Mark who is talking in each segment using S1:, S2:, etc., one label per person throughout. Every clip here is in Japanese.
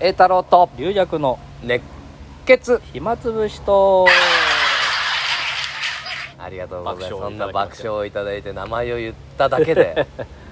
S1: 栄太郎と
S2: 龍弱の
S1: 熱血
S2: 暇つぶしと
S1: ありがとうございます
S2: 爆笑を
S1: そんない
S2: ただきま
S1: 爆
S2: して
S1: 笑をいただいて名前を言っただ けで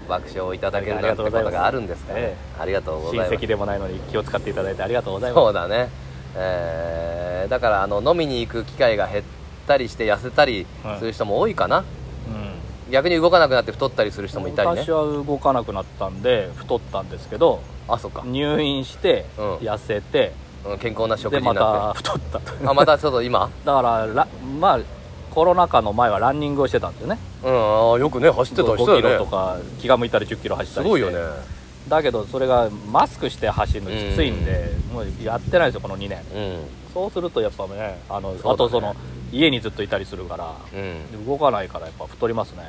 S1: 爆笑をいただけるなんてことがあるんですかねありがとうござい
S2: 親
S1: ます
S2: 戚でもないのに気を使っていただいてありがとうござい
S1: そ
S2: ま
S1: うだね、えーだからあの飲みに行く機会が減ったりして痩せたりする人も多いかな、
S2: す、うん
S1: 逆に動かなくなって太ったりする人もいたりね
S2: 昔は動かなくなったんで太ったんですけど
S1: あそっか、
S2: 入院して
S1: うん
S2: 痩せて、
S1: うん健康な食
S2: で
S1: 事にな
S2: ま
S1: って
S2: た太ったとだ
S1: あまたちょっと 今
S2: からラまあコロナ禍の前はランニングをしてたんですよね
S1: うんあーよくね走ってた人
S2: 5キ
S1: だ
S2: ロ
S1: よ
S2: と
S1: ね
S2: か気が向いたら1 0キロ走っ
S1: す
S2: たりして
S1: ごいよね
S2: だけどそれがマスクして走るのきついんで、もうやってないですよこの2年
S1: うん
S2: そうするとやっぱねあの
S1: うだね
S2: あとその家にずっといたりするから
S1: うん
S2: 動かないからやっぱ太りますね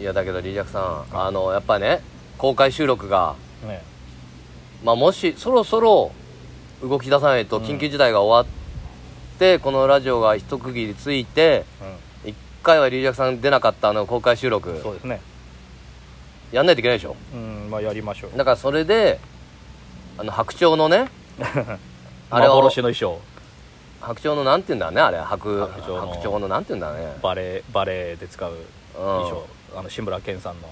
S1: いやだけどリージャクさんあのやっぱね公開収録が、
S2: ね
S1: まあ、もしそろそろ動き出さないと緊急事態が終わって、このラジオが一区切りついて
S2: う
S1: 一回はリージャクさん出なかったあの公開収録
S2: ん、そうですね
S1: やんないといけないでしょ
S2: うんまあやりましょう
S1: だからそれであの白鳥の ねあれを
S2: 幻の衣装
S1: 白鳥のなんて言うんだろうねあれ白
S2: 白
S1: 白
S2: 鳥
S1: 鳥
S2: の
S1: のなんて言うんだろうね
S2: バレエバレエで使う衣装
S1: う、
S2: あの志村けんさんの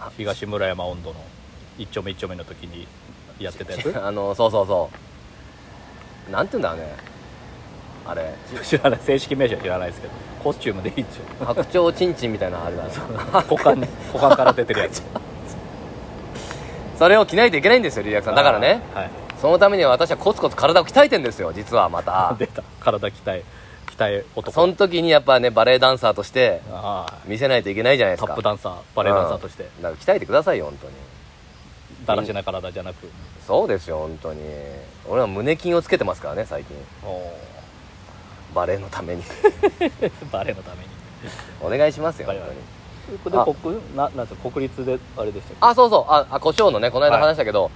S1: は
S2: 東村山温度の一丁目一丁目の時にやってた やつ
S1: あのそうそうそうなんて言うんだろうねあれ
S2: 知らない正式名称は知らないですけどコスチュームでいいんで しょ
S1: 白鳥ちんちんみたいなのあ れだね
S2: 股間股間から出てる やつ
S1: それを着ないといけないんですよリリアクさんだからね
S2: あーはい
S1: そのためには私はコツコツ体を鍛えてんですよ実はまた
S2: 出た体鍛え鍛え男
S1: その時にやっぱねバレエダンサーとして
S2: ああ
S1: 見せないといけないじゃないです
S2: タ
S1: か
S2: ップダンサーバレエダンサーとして、
S1: うんだから鍛えてくださいよ本当に
S2: だらしな体じゃなく
S1: そうですよ本当に俺は胸筋をつけてますからね最近
S2: お
S1: バレエの ために
S2: ー バレエのために
S1: お願いしますよ
S2: わ
S1: 本
S2: かりま
S1: 当
S2: し
S1: に
S2: で国ななんですか国立であれでしたっけ
S1: あそうそうああ胡椒のねこの間
S2: はい
S1: 話したけど、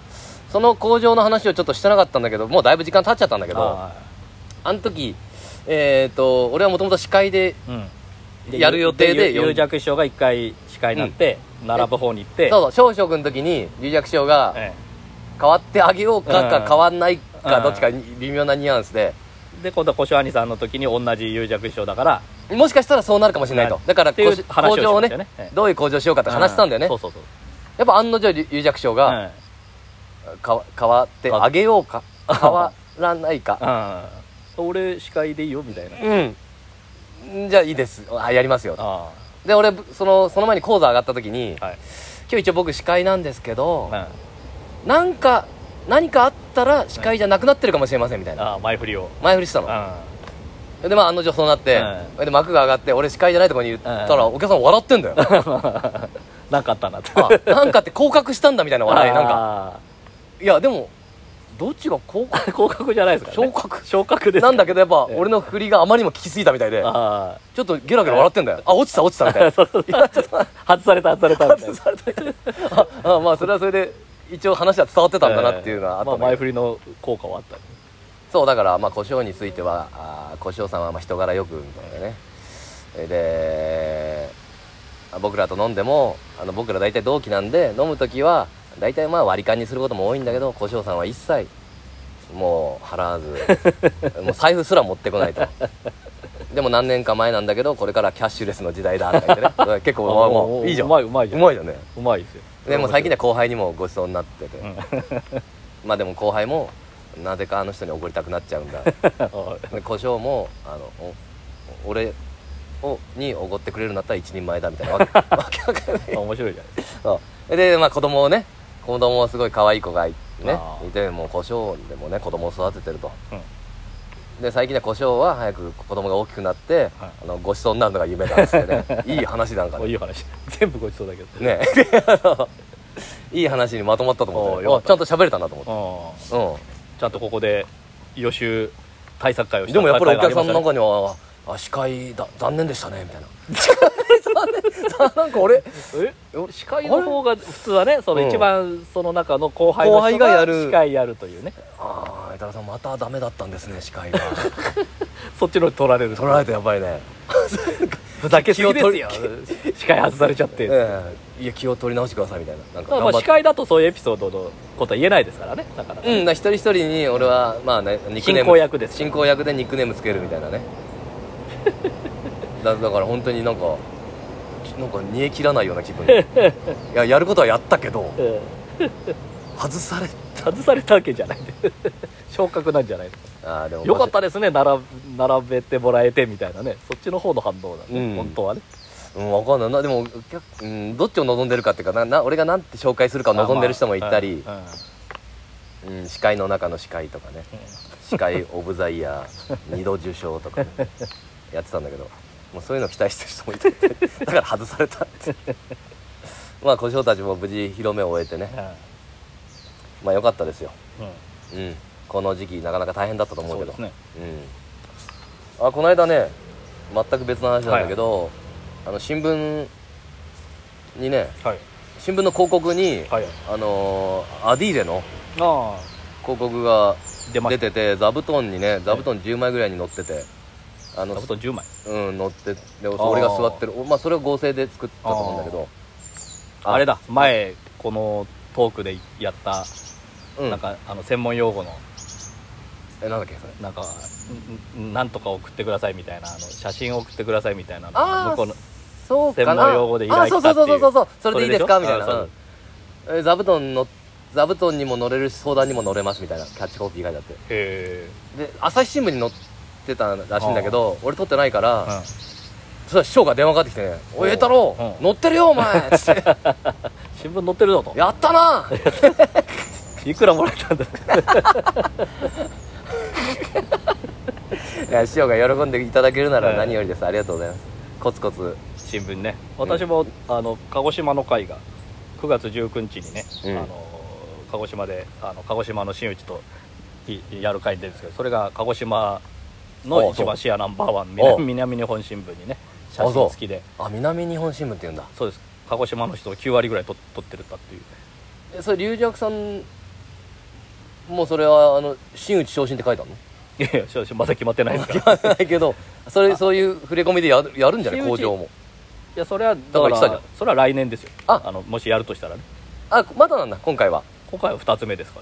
S1: その工場の話をちょっとしてなかったんだけどもうだいぶ時間経っちゃったんだけどあ
S2: あ
S1: の時えっ、と俺はもともと司会で
S2: ーうんで
S1: やる予定で
S2: ゆゆ有弱師匠が一回司会になって、並ぶ方に行って
S1: そうそう少々君の時に龍尺師匠が
S2: え
S1: 変わってあげようか
S2: う
S1: か
S2: ん
S1: 変わんないか
S2: うん
S1: どっちかに微妙なニュアンスで
S2: えで今度は小正兄さんの時に同じ有弱師匠だから
S1: もしかしたらそうなるかもしれないと
S2: はい
S1: だから
S2: っていう
S1: こし
S2: 話を
S1: 工場をね
S2: しましたよねええ
S1: どういう工場しようかって話したんだよね
S2: うそうそうそう
S1: やっぱ案の定龍尺師匠が、
S2: え
S1: かわ変わってあげようか変わらないか
S2: えうん俺司会でいいよみたいな
S1: うんじゃあいいですあやりますよ
S2: あ
S1: で俺そのその前に講座上がった時に、
S2: あはい、
S1: 今日一応僕司会なんですけど、
S2: うん、あ
S1: なんか何かあったら司会じゃなくなってるかもしれませんみたいな、
S2: あ前振りを
S1: 前振りしてた
S2: う
S1: の、
S2: ん
S1: でまあ案の定そうなって、で幕が上がって俺司会じゃないとこに言ったら、
S2: うん
S1: お客さん笑ってんだよ
S2: なんかあったなと
S1: あなんかって降格したんだみたいな笑いなんか
S2: か
S1: いやでもどっちが降 格
S2: 降格じゃないですから、ね、
S1: 昇格
S2: 昇格です
S1: なんだけどやっぱ
S2: ええ
S1: 俺の振りがあまりにも効きすぎたみたいで
S2: あ
S1: ちょっとゲラゲラ笑ってんだよあ落ち た落ちたみたい
S2: あ
S1: な
S2: そうそう外された外されたみたいな
S1: ああまあそれはそれで一応話は伝わってたんだなっていうのはあった
S2: まあ
S1: んだけ
S2: 前
S1: ど
S2: 振りの効果はあった
S1: そうだからまあ胡椒についてはあー胡椒さんはまあ人柄よくみたいなねえーで僕らと飲んでもあの僕ら大体同期なんで飲む時は大体まあ割り勘にすることも多いんだけど胡椒さんは一切もう払わず もう財布すら持ってこないとでも何年か前なんだけどこれからキャッシュレスの時代だとか言ってね 結構まあ
S2: おー
S1: も
S2: お
S1: う
S2: ー
S1: いいじゃん
S2: うまいうまいじゃ
S1: うんまいよね
S2: うまいですよ
S1: で も最近では後輩にもご馳走になってて、
S2: うん
S1: まあでも後輩もなぜかあの人に怒りたくなっちゃう んだで胡椒もあのおお俺をに怒ってくれるんだったら一人前だみ たいなわけわけわかんない
S2: 面白いじゃないですか
S1: そうでまあ子供をね子供もすごい可愛い子がい,、ね
S2: あ、ー
S1: いてもう胡椒でもね子供を育ててると、
S2: う
S1: で最近では胡椒は早く子供が大きくなって、
S2: はい
S1: あのご馳走になるのが夢だっつって ねいい話なんか
S2: もう
S1: ね
S2: いい話 全部ごちそうだけど
S1: ね あのいい話にまとまったと思っ
S2: おー
S1: て、
S2: よかった
S1: ちゃんと喋れたなと思って
S2: う
S1: うん
S2: んちゃんとここで予習対策会をした
S1: でもやっぱりお客さんの
S2: 大会がありま
S1: 中には「あ司会だ残念でしたね」みたいな「残念残念 なんか俺
S2: したねえ司会の方が普通はねその一番その中の後輩
S1: 後
S2: の人
S1: 輩がやる
S2: 司会やるというね
S1: ああ江田さんまたダメだったんですね司会が
S2: そっちの取られる
S1: 取られてやばい ね
S2: ふざけすぎですよ
S1: 気を
S2: 司会外されちゃって
S1: ええいや気を取り直してくださいみたいななんか
S2: まあ、
S1: 頑張
S2: 司
S1: って
S2: 会だとそういうエピソードのことは言えないですからねだから、
S1: うん、だから一人一人に俺はまあねニックネ
S2: 進
S1: ーム
S2: 行役です
S1: 進行役でニックネームつけるみたい なねだだから本当になんかきなんか煮え切らないような気分いややることはやったけど
S2: うん
S1: 外され
S2: 外されたわけじゃないで昇格なんじゃないの
S1: あーでも
S2: よかったですね並並べてもらえてみたいなねそっちの方の反応だね、
S1: うん
S2: 本当はね
S1: うん、分かんないなでも、結構うん、どっちを望んでるかっていうかなな俺がなんて紹介するかを望んでる人もいたり、
S2: まあまあうん
S1: うん、司会の中の司会とかね
S2: うん
S1: 司会オブザイヤー二度受賞とかね、やってたんだけどもうそういうの期待してる人もいたってだから外されたってまあ小翔たちも無事広めを終えてねまあ良かったですよ、
S2: うんうん
S1: うん、この時期なかなか大変だったと思うけど
S2: そうですね
S1: うん、あこの間ね全く別の話なんだけど、あの新聞にね
S2: はい
S1: 新聞の広告に、
S2: はい
S1: あのーアディーレの
S2: あ
S1: 広告が
S2: あ出ま
S1: 出
S2: した
S1: てて座布団にね座布団10枚ぐらいに乗っててあの
S2: 座布団10枚
S1: うん乗ってで
S2: ー
S1: 俺が座ってるおまあそれを合成で作ったと思うんだけど
S2: あれだ前このトークでやった
S1: うん
S2: なんかあの専門用語の
S1: えなんだっけそれ
S2: なんかんんなんとか送ってくださいみたいなあの写真を送ってくださいみたいな
S1: あー
S2: 向こうの
S1: そうかな
S2: 専門用語で依頼
S1: あそ
S2: 来
S1: うそ
S2: たっていう
S1: うそうそうそうそれでいいですか
S2: そ
S1: み
S2: れ
S1: たい
S2: でしょ
S1: なうんえ座布団の座布団にも乗れるし相談にも乗れますみたいなキャッチコピー書いてあって
S2: へ
S1: で朝日新聞に載ってたらしいんだけど俺撮ってないか
S2: え、
S1: ら、そしたら師匠が電話かかってきてね「おい栄太郎、
S2: うん
S1: 乗ってるよお前」つって
S2: 新聞載ってるぞと
S1: 「やったな!」
S2: いくらもらえたんだ
S1: いや師匠が喜んでいただけるな
S2: は
S1: ら
S2: い
S1: 何よりです、ありがとうございますコツコツ
S2: 新聞ね私も、あの鹿児島の会が9月19日にね、
S1: うん
S2: あの鹿児島であの鹿児島の新内といやる会に出るんですけどそれが鹿児島
S1: あ
S2: の
S1: そう
S2: 一番シェアナンバーワン
S1: あ
S2: 南南日本新聞にね写真
S1: あそう
S2: 付きで
S1: あ南日本新聞って言うんだ
S2: そうです鹿児島の人を9割ぐらいと取ってるんだっていう
S1: えそれ龍尺さんもうそれはあの真打ち昇進って書いてあるの
S2: いやいや正直まだ決まってないですから
S1: 決まって ないけどそれそういう触れ込みでやるやるんじゃない
S2: 真打ち
S1: 工場も
S2: いやそれはだか
S1: からら言ってたじゃん
S2: それは来年ですよ
S1: あ
S2: あのもしやるとしたらね
S1: あまだなんだ今回は
S2: 今回は2つ目ですか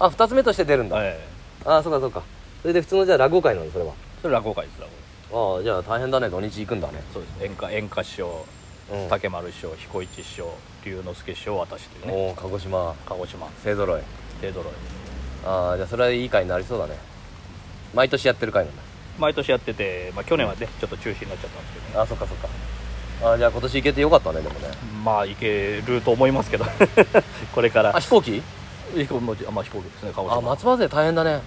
S1: あ二2つ目として出るん
S2: ら、
S1: だ、
S2: ええ
S1: あそうかそうかそれで普通のじゃあ落語会なのそれは
S2: それ落語会です落語
S1: ああじゃあ大変だね土日行くんだね、
S2: そうです演歌演歌師匠
S1: うん、
S2: 竹丸師匠彦一師匠龍之介師匠私というね
S1: おお鹿児島
S2: 鹿児島
S1: 勢ぞろい
S2: 勢ぞろい
S1: ああじゃあそれはいい会になりそうだね毎年やってる会なんだ
S2: 毎年やってて、まあ、去年はね、ちょっと中止になっちゃったんですけどね
S1: あそっかそっかあじゃあ今年行けてよかったねでもね
S2: まあ行けると思いますけど これから
S1: あ飛行機
S2: 飛行もちあまあ、飛行機ですね鹿児
S1: あ
S2: 島
S1: 松葉勢大変だね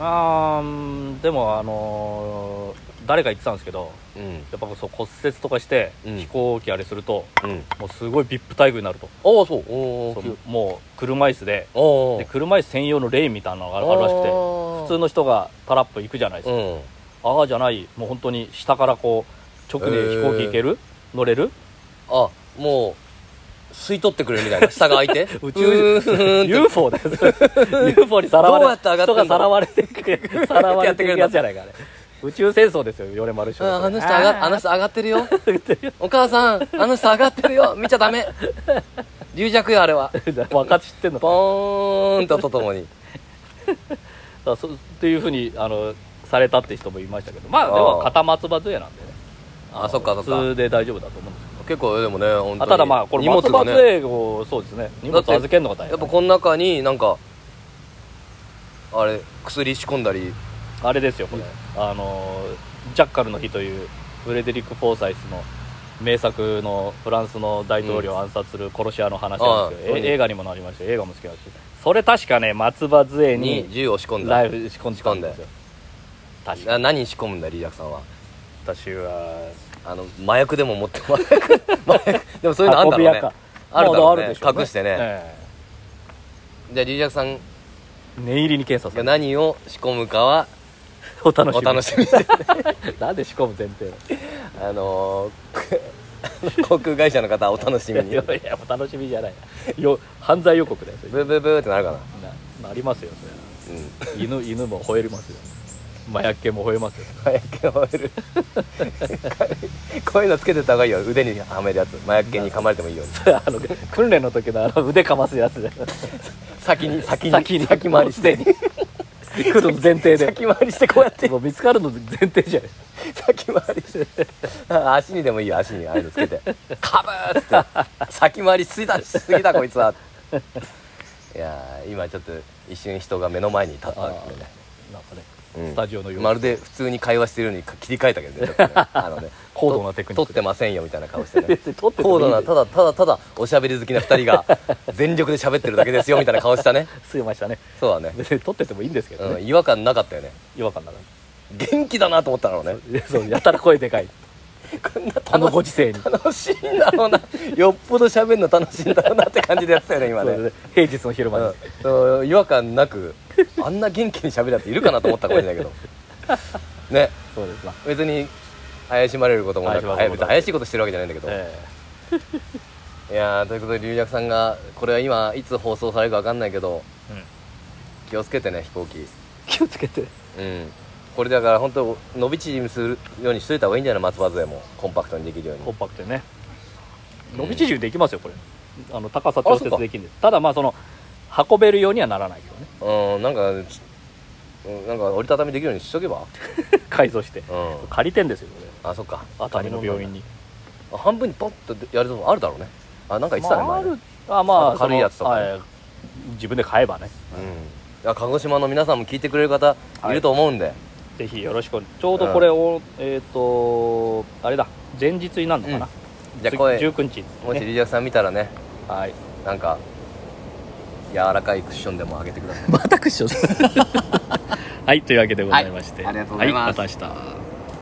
S2: あーうんでもあのー誰か言ってたんですけど
S1: うん
S2: やっぱそう骨折とかして
S1: うん
S2: 飛行機あれすると、
S1: うん
S2: もうすごい VIP 待遇になると
S1: ああそうおお
S2: そうもう車椅子で
S1: お
S2: で車椅子専用のレーンみたいなのがあるあるらしくて普通
S1: の
S2: の人がタラップ行くじゃないですか、
S1: うん
S2: ああじゃないもう本当に下からこう直で飛行機行ける、乗れる
S1: あもう吸い取ってくれるみたいな下が開い て
S2: 宇宙
S1: ふーんふ ーんって
S2: UFO です UFO にさらわれ
S1: どうやって上がって
S2: 人
S1: んの
S2: がさらわれてい くさらわれてい
S1: やってくれん
S2: く
S1: だ
S2: やつじゃないかね宇宙戦争ですよ米丸少
S1: あ
S2: 年
S1: あの人上があの人 上がってるよお母さんあの人上がってるよ見ちゃダメ 流弱よあれは
S2: 分か知ってんのか
S1: ポーンととともに
S2: だ そうっていうふうにあのされたって人もいましたけどまあで
S1: あ
S2: も
S1: あ
S2: 片松葉杖なんでね
S1: あそっかそっ
S2: 普
S1: か
S2: 通で大丈夫だと思うんですけ
S1: 結構でもね本当に
S2: どあただまあこれ
S1: 荷物
S2: 松葉
S1: がね
S2: 杖をそうですね荷物預けるのが大変
S1: や
S2: だ
S1: っ
S2: ね
S1: ぱこの中になんかあれ薬仕込んだり
S2: あれですよこれあのジャッカルの日というフレデリック・フォーサイスの名作のフランスの大統領を暗殺する殺し屋の話なんですけど、
S1: ああ
S2: え映画にもなりました映画も好きなんですけどそれ確かね松葉杖
S1: に
S2: に
S1: 銃を仕込んだ
S2: ライフ仕込んでたんですよ確か
S1: な何仕込むんだリーダクさんは
S2: 私は
S1: あの麻薬でも持ってもら麻薬でもそういうのあるん
S2: 運
S1: だろうね
S2: び屋か
S1: あるだ
S2: ま
S1: ろ
S2: あ
S1: うね
S2: でしょう
S1: 隠してね
S2: え
S1: じゃあリーダクさん
S2: え念入りに検査
S1: が
S2: する
S1: 何を仕込むかは
S2: お楽し
S1: お
S2: み
S1: 楽しみに
S2: なんで仕込む前提な
S1: あのー 航空会社の方はお楽し
S2: の
S1: みに
S2: いや いやお楽しみじゃないよ犯罪予告だよそれ
S1: ブーブーブーってなるかな、
S2: ななりますよそれ
S1: う
S2: 犬
S1: ん、
S2: 犬も吠えますよ麻薬系も吠えますよ
S1: 麻薬を終える こういうのつけてた方がいいよ腕に はめるやつ麻薬犬に噛まれてもいいように
S2: あの訓練の時のあの腕かますやつじゃん
S1: 先に先に
S2: 先に
S1: 先回りして
S2: もうすでに来る前提で
S1: 先回りしてこうやって
S2: もう見つかるの前提じゃない
S1: 先回りしてあ 足にでもいいよ足にあれでつけて 「カブー!」っつって先回りしすぎたしすぎたこいつはいやー今ちょっと一瞬人が目の前に立ったんだけどね
S2: なんかね、
S1: うん
S2: スタジオのように、
S1: まるで普通に会話してるように切り替えたけどねちょ っとねあのね
S2: 高度なテクニック
S1: と撮ってませんよみたいな顔して ね
S2: 別に撮っててもいい
S1: 高度
S2: んだ
S1: な
S2: よ
S1: ただただただおしゃべり好きな2人が全力で喋ってるだけですよみたいな顔したね
S2: すいましたね
S1: そうだね、
S2: 別に撮っててもいいんですけどね、
S1: うん、違和感なかったよね
S2: 違和感なかっ
S1: 元気だなと思ったのね
S2: たそうやたら声でかい
S1: こんな
S2: あの
S1: 楽
S2: ご
S1: し
S2: 時世に
S1: 楽しいんだろうなよっぽど喋るの楽しいんだろうなって感じでやってたよね今
S2: そう
S1: ね
S2: ね平日の昼間に、
S1: うんそう、違和感なくあんな元気に喋るやついるかなと思ったかもし れないけどね
S2: そうですな、
S1: 別に怪しまれることもな
S2: 怪
S1: く
S2: しまれ
S1: 怪
S2: ることもなく
S1: 怪しいことしてるわけじゃないんだけど、
S2: え
S1: いやーということで龍尺さんがこれは今いつ放送されるか分かんないけど
S2: えうん
S1: 気をつけてね飛行機
S2: 気をつけて
S1: うんこれだから本当伸び縮みするようにしといた方がいいんじゃない松葉杖もコンパクトにできるように
S2: コンパクトにね
S1: うん
S2: 伸び縮みできますよこれあの高さ調節できるんですただまあその運べるようにはならないけどね
S1: うんなんかちうんなんか折りたたみできるようにしとけば
S2: 改造して
S1: うん
S2: 借りてんですよこれ
S1: あそっか
S2: 熱海の病院に
S1: あ半分にポッとやるとこあるだろうねあなんか言ってたね
S2: まああ
S1: 前ね
S2: るあまあ
S1: 軽いやつとかね
S2: そのはい自分で買えばね
S1: うんあ鹿児島の皆さんも聞いてくれる方いると思うんで、
S2: ぜひよろしくちょうどこれを、えっ、とあれだ前日になるのかな、
S1: じゃあ声
S2: 19日、ね、
S1: もし龍尺さん見たらね
S2: はい
S1: なんか柔らかいクッションでも上げてください
S2: またクッション はいというわけでございまして、
S1: はいありがとうございます
S2: はい、また明日